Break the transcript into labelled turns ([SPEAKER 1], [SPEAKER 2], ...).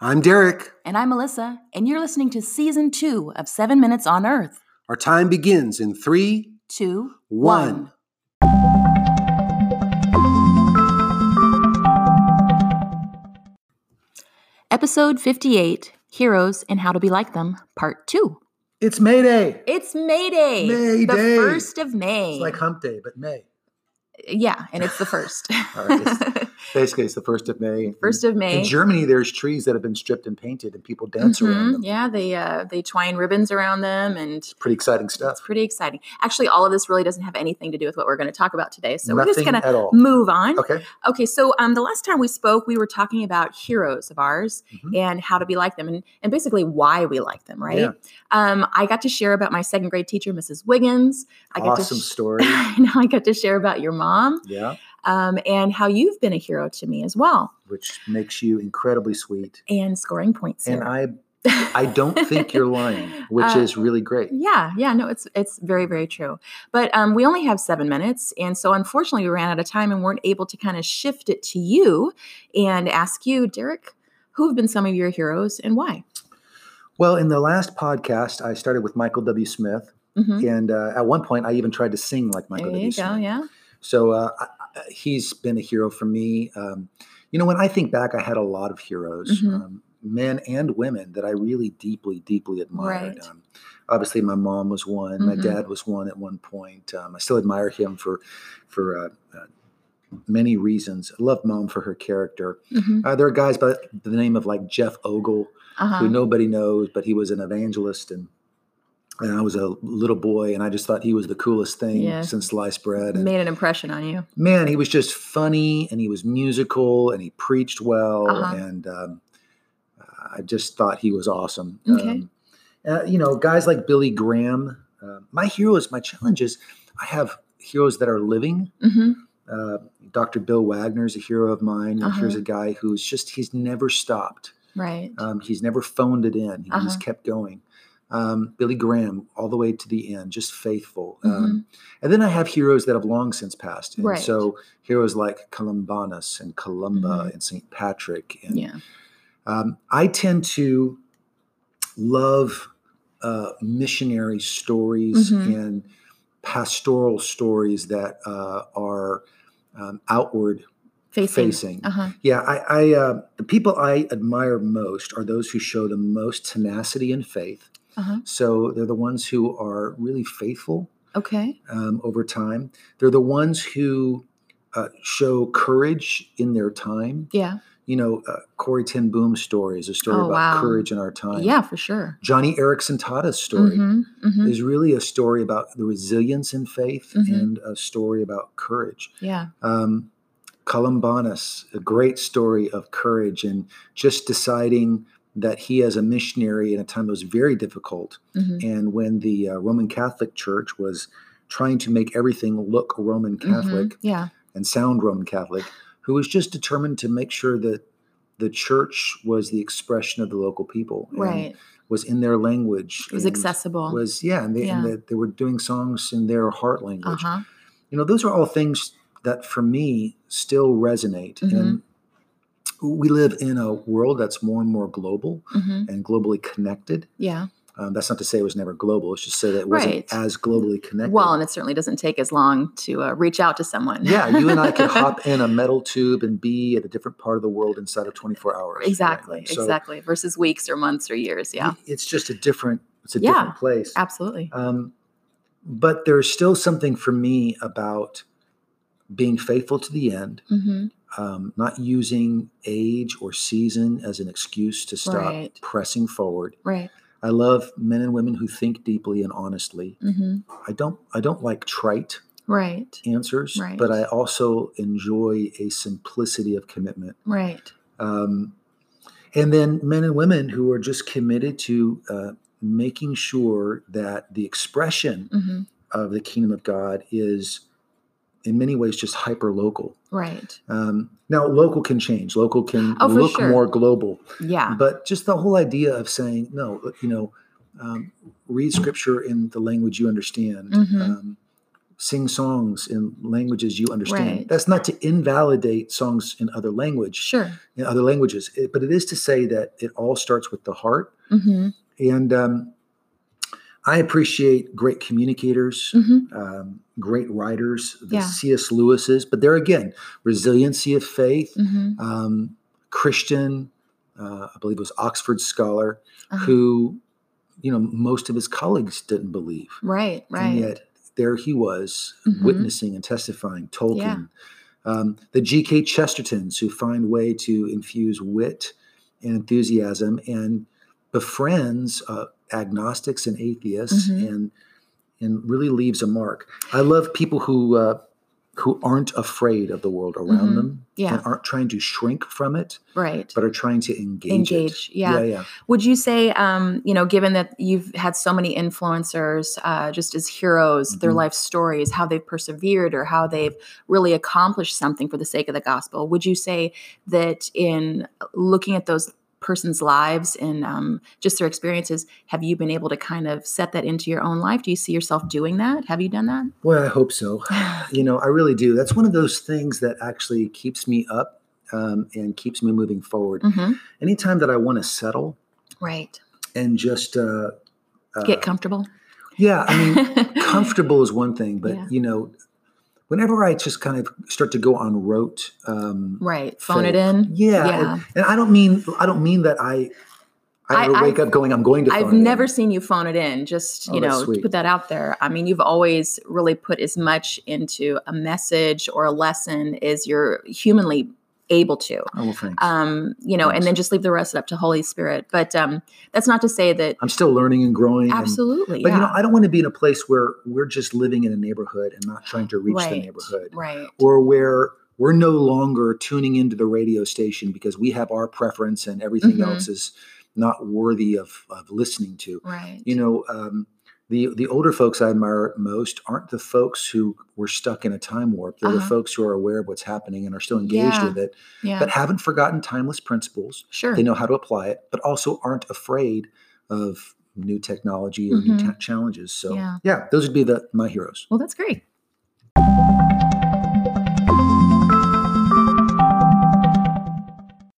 [SPEAKER 1] I'm Derek.
[SPEAKER 2] And I'm Melissa, and you're listening to season two of Seven Minutes on Earth.
[SPEAKER 1] Our time begins in three,
[SPEAKER 2] Two,
[SPEAKER 1] one.
[SPEAKER 2] Episode 58 Heroes and How to Be Like Them, Part Two.
[SPEAKER 1] It's May Day.
[SPEAKER 2] It's May Day.
[SPEAKER 1] May
[SPEAKER 2] the
[SPEAKER 1] Day.
[SPEAKER 2] first of May. Uh,
[SPEAKER 1] It's like Hump Day, but May.
[SPEAKER 2] yeah, and it's the first.
[SPEAKER 1] All right, it's- Basically, it's the first of May.
[SPEAKER 2] first of May.
[SPEAKER 1] In Germany, there's trees that have been stripped and painted, and people dance around
[SPEAKER 2] Mhm.
[SPEAKER 1] them.
[SPEAKER 2] Yeah, they uh, they twine ribbons around them, and
[SPEAKER 1] Pretty exciting
[SPEAKER 2] it's
[SPEAKER 1] stuff.
[SPEAKER 2] pretty exciting. Actually, all of this really doesn't have anything to do with what we're going to talk about today, so we're just
[SPEAKER 1] Nothing
[SPEAKER 2] going to
[SPEAKER 1] at all.
[SPEAKER 2] move on.
[SPEAKER 1] Okay.
[SPEAKER 2] Okay, so um, the last time we spoke, we were talking about heroes of ours
[SPEAKER 1] Mhm.
[SPEAKER 2] and how to be like them and, and basically why we like them, right?
[SPEAKER 1] Yeah.
[SPEAKER 2] Um, I got to share about my second grade teacher, Mrs. Wiggins. I got
[SPEAKER 1] Awesome
[SPEAKER 2] to sh-
[SPEAKER 1] story.
[SPEAKER 2] and I got to share about your mom
[SPEAKER 1] Yeah.
[SPEAKER 2] um, and how you've been a hero to me as well
[SPEAKER 1] Which makes you incredibly sweet.
[SPEAKER 2] and scoring points.
[SPEAKER 1] And
[SPEAKER 2] here.
[SPEAKER 1] I, I don't think you're lying, which
[SPEAKER 2] Uh,
[SPEAKER 1] is really great.
[SPEAKER 2] Yeah, yeah, no, it's it's very very true. But um, we only have seven minutes, and so unfortunately, we ran out of time and weren't able to kind of shift it to you and ask you, Derek, who have been some of your heroes and why?
[SPEAKER 1] Well, in the last podcast, I started with Michael W. Smith,
[SPEAKER 2] Mhm.
[SPEAKER 1] and uh, at one point, I even tried to sing like Michael
[SPEAKER 2] There
[SPEAKER 1] W.
[SPEAKER 2] you
[SPEAKER 1] Smith.
[SPEAKER 2] go. Yeah.
[SPEAKER 1] So uh, I, I- he's been a hero for me. Um, you know, when I think back, I had a lot of heroes,
[SPEAKER 2] Mhm.
[SPEAKER 1] um, men and women, that I really deeply, deeply admired.
[SPEAKER 2] Right.
[SPEAKER 1] Um, obviously, my mom was one. My
[SPEAKER 2] Mhm.
[SPEAKER 1] dad was one at one point. Um, I still admire him for for uh, uh, many reasons. I love mom for her character.
[SPEAKER 2] Mhm.
[SPEAKER 1] Uh, there are guys by the name of like Jeff Ogle who
[SPEAKER 2] Uh-huh.
[SPEAKER 1] nobody knows, but he was an evangelist and. And I was a little boy, and I just thought he was the coolest thing
[SPEAKER 2] Yeah.
[SPEAKER 1] since sliced bread. And
[SPEAKER 2] Made an impression on you.
[SPEAKER 1] man, he was just funny and he was musical and he preached well.
[SPEAKER 2] Uh-huh.
[SPEAKER 1] And um, I just thought he was awesome.
[SPEAKER 2] Okay.
[SPEAKER 1] Um, uh, you know, guys like Billy Graham, uh, my heroes, my challenge is I have heroes that are living.
[SPEAKER 2] hmm
[SPEAKER 1] Uh, Dr. Bill Wagner is a hero of mine. and Here's
[SPEAKER 2] Uh-huh.
[SPEAKER 1] a guy who's just, he's never stopped.
[SPEAKER 2] Right.
[SPEAKER 1] Um, he's never phoned it in. He's
[SPEAKER 2] Uh-huh.
[SPEAKER 1] kept going. Um, Billy Graham, all the way to the end, just faithful. Um, and then I have heroes that have long since passed. And
[SPEAKER 2] Mm-hmm. Right.
[SPEAKER 1] So heroes like Columbanus and Columba
[SPEAKER 2] Mhm.
[SPEAKER 1] and St. Patrick. And
[SPEAKER 2] yeah.
[SPEAKER 1] um, I tend to love uh, missionary stories
[SPEAKER 2] Mhm.
[SPEAKER 1] and pastoral stories that uh, are um, outward
[SPEAKER 2] Facing.
[SPEAKER 1] facing.
[SPEAKER 2] Uh-huh.
[SPEAKER 1] yeah, I, I uh, the people I admire most are those who show the most tenacity and faith.
[SPEAKER 2] Uh-huh.
[SPEAKER 1] So they're the ones who are really faithful
[SPEAKER 2] Okay.
[SPEAKER 1] um, over time. They're the ones who uh, show courage in their time.
[SPEAKER 2] Yeah.
[SPEAKER 1] You know, uh, Corey Ten Boom's story is a story
[SPEAKER 2] Oh,
[SPEAKER 1] about
[SPEAKER 2] wow.
[SPEAKER 1] courage in our time.
[SPEAKER 2] Yeah, for sure.
[SPEAKER 1] Johnny Erickson Tata's story
[SPEAKER 2] hmm hmm
[SPEAKER 1] is really a story about the resilience in faith
[SPEAKER 2] Mhm.
[SPEAKER 1] and a story about courage
[SPEAKER 2] Yeah.
[SPEAKER 1] um, Columbanus, a great story of courage and just deciding that he, as a missionary in a time that was very difficult,
[SPEAKER 2] hmm
[SPEAKER 1] and when the uh, Roman Catholic Church was trying to make everything look Roman
[SPEAKER 2] Mm-hmm.
[SPEAKER 1] Catholic
[SPEAKER 2] Yeah.
[SPEAKER 1] and sound Roman Catholic, who was just determined to make sure that the church was the expression of the local people, and
[SPEAKER 2] Right.
[SPEAKER 1] Was in their language,
[SPEAKER 2] It was
[SPEAKER 1] and
[SPEAKER 2] accessible.
[SPEAKER 1] Was yeah, and they, and
[SPEAKER 2] Yeah.
[SPEAKER 1] that they were doing songs in their heart language
[SPEAKER 2] uh-huh.
[SPEAKER 1] you know those are all things that for me still resonate
[SPEAKER 2] Mm-hmm.
[SPEAKER 1] and we live in a world that's more and more global
[SPEAKER 2] hmm
[SPEAKER 1] and globally connected
[SPEAKER 2] Yeah.
[SPEAKER 1] um, that's not to say it was never global it's just to say that it wasn't
[SPEAKER 2] Right.
[SPEAKER 1] as globally connected
[SPEAKER 2] Well, and it certainly doesn't take as long to uh, reach out to someone.
[SPEAKER 1] yeah you and i could hop in a metal tube and be at a different part of the world inside of 24 hours right?
[SPEAKER 2] exactly.
[SPEAKER 1] Like, so
[SPEAKER 2] exactly. Versus weeks or months or years. Yeah.
[SPEAKER 1] it- it's just a different it's a
[SPEAKER 2] Yeah.
[SPEAKER 1] different place
[SPEAKER 2] Absolutely.
[SPEAKER 1] um, but there's still something for me about being faithful to the end
[SPEAKER 2] hmm
[SPEAKER 1] um, not using age or season as an excuse to stop
[SPEAKER 2] Right.
[SPEAKER 1] pressing forward.
[SPEAKER 2] Right.
[SPEAKER 1] I love men and women who think deeply and honestly.
[SPEAKER 2] hmm
[SPEAKER 1] I don't I don't like trite
[SPEAKER 2] Right.
[SPEAKER 1] answers,
[SPEAKER 2] Right.
[SPEAKER 1] but I also enjoy a simplicity of commitment.
[SPEAKER 2] Right.
[SPEAKER 1] Um, and then men and women who are just committed to uh, making sure that the expression
[SPEAKER 2] hmm
[SPEAKER 1] of the kingdom of God is, in many ways, just hyper local.
[SPEAKER 2] Right.
[SPEAKER 1] Um, now, local can change. Local can
[SPEAKER 2] Oh, for
[SPEAKER 1] look
[SPEAKER 2] sure.
[SPEAKER 1] more global,
[SPEAKER 2] Yeah.
[SPEAKER 1] but just the whole idea of saying no, uh, you know, um, read scripture in the language you understand.
[SPEAKER 2] Mhm.
[SPEAKER 1] Um, sing songs in languages you understand.
[SPEAKER 2] Right.
[SPEAKER 1] That's not to invalidate songs in other language,
[SPEAKER 2] Sure.
[SPEAKER 1] in other languages, it- but it is to say that it all starts with the heart.
[SPEAKER 2] Mm-hmm.
[SPEAKER 1] And um, I appreciate great communicators,
[SPEAKER 2] Mm-hmm.
[SPEAKER 1] um, great writers, the
[SPEAKER 2] Yeah.
[SPEAKER 1] C.S. Lewis's, but there again, resiliency of faith,
[SPEAKER 2] Mm-hmm.
[SPEAKER 1] um, Christian, uh, I believe it was Oxford scholar,
[SPEAKER 2] Uh-huh.
[SPEAKER 1] who, you know, most of his colleagues didn't believe.
[SPEAKER 2] Right. Right.
[SPEAKER 1] And yet there he was
[SPEAKER 2] Mhm.
[SPEAKER 1] witnessing and testifying Tolkien. Um, the G.K. Chestertons who find way to infuse wit and enthusiasm and befriends uh, agnostics and atheists
[SPEAKER 2] Mhm.
[SPEAKER 1] and and really leaves a mark. I love people who uh, who aren't afraid of the world around
[SPEAKER 2] Mhm.
[SPEAKER 1] them
[SPEAKER 2] Yeah.
[SPEAKER 1] and aren't trying to shrink from it,
[SPEAKER 2] Right.
[SPEAKER 1] but are trying to engage. it.
[SPEAKER 2] Engage. Yeah.
[SPEAKER 1] yeah, yeah.
[SPEAKER 2] Would you say, um, you know, given that you've had so many influencers uh, just as heroes, their
[SPEAKER 1] Mhm.
[SPEAKER 2] life stories, how they've persevered or how they've really accomplished something for the sake of the gospel, would you say that in looking at those person's lives and um, just their experiences, have you been able to kind of set that into your own life? Do you see yourself doing that? Have you done that?
[SPEAKER 1] Well, I hope so. you know i really do that's one of those things that actually keeps me up um, and keeps me moving forward
[SPEAKER 2] hmm
[SPEAKER 1] anytime that i want to settle
[SPEAKER 2] Right.
[SPEAKER 1] and just uh, uh,
[SPEAKER 2] Get comfortable.
[SPEAKER 1] yeah i mean comfortable is one thing but
[SPEAKER 2] Yeah.
[SPEAKER 1] you know whenever i just kind of start to go on rote um,
[SPEAKER 2] Right. Phone it
[SPEAKER 1] faith.
[SPEAKER 2] in.
[SPEAKER 1] yeah,
[SPEAKER 2] Yeah.
[SPEAKER 1] And, and i don't mean i don't mean that i
[SPEAKER 2] I-
[SPEAKER 1] i, ever wake
[SPEAKER 2] I've-
[SPEAKER 1] up going i'm going to phone
[SPEAKER 2] I've
[SPEAKER 1] it in.
[SPEAKER 2] never seen you phone it in. Just
[SPEAKER 1] Oh,
[SPEAKER 2] you
[SPEAKER 1] that's
[SPEAKER 2] know, to
[SPEAKER 1] sweet.
[SPEAKER 2] put that out there. I mean, you've always really put as much into a message or a lesson as you're humanly able to.
[SPEAKER 1] oh well thanks
[SPEAKER 2] Um, you know, and then just leave the rest up to Holy Spirit. But um, that's not to say that
[SPEAKER 1] i'm still learning and growing and-
[SPEAKER 2] absolutely,
[SPEAKER 1] but
[SPEAKER 2] yeah,
[SPEAKER 1] you know i don't want to be in a place where we're just living in a neighborhood and not trying to reach
[SPEAKER 2] right,
[SPEAKER 1] the neighborhood
[SPEAKER 2] right,
[SPEAKER 1] or where we're no longer tuning into the radio station because we have our preference and everything
[SPEAKER 2] Mhm.
[SPEAKER 1] else is not worthy of, of listening to.
[SPEAKER 2] right,
[SPEAKER 1] You know, um, the the older folks I admire most aren't the folks who were stuck in a time warp. They're the
[SPEAKER 2] Uh-huh.
[SPEAKER 1] folks who are aware of what's happening and are still engaged
[SPEAKER 2] Yeah.
[SPEAKER 1] with it,
[SPEAKER 2] yeah,
[SPEAKER 1] but haven't forgotten timeless principles.
[SPEAKER 2] sure,
[SPEAKER 1] They know how to apply it, but also aren't afraid of new technology or new
[SPEAKER 2] Mhm.
[SPEAKER 1] ta- challenges. So,
[SPEAKER 2] Yeah.
[SPEAKER 1] yeah, those would be the my heroes.
[SPEAKER 2] Well, that's great.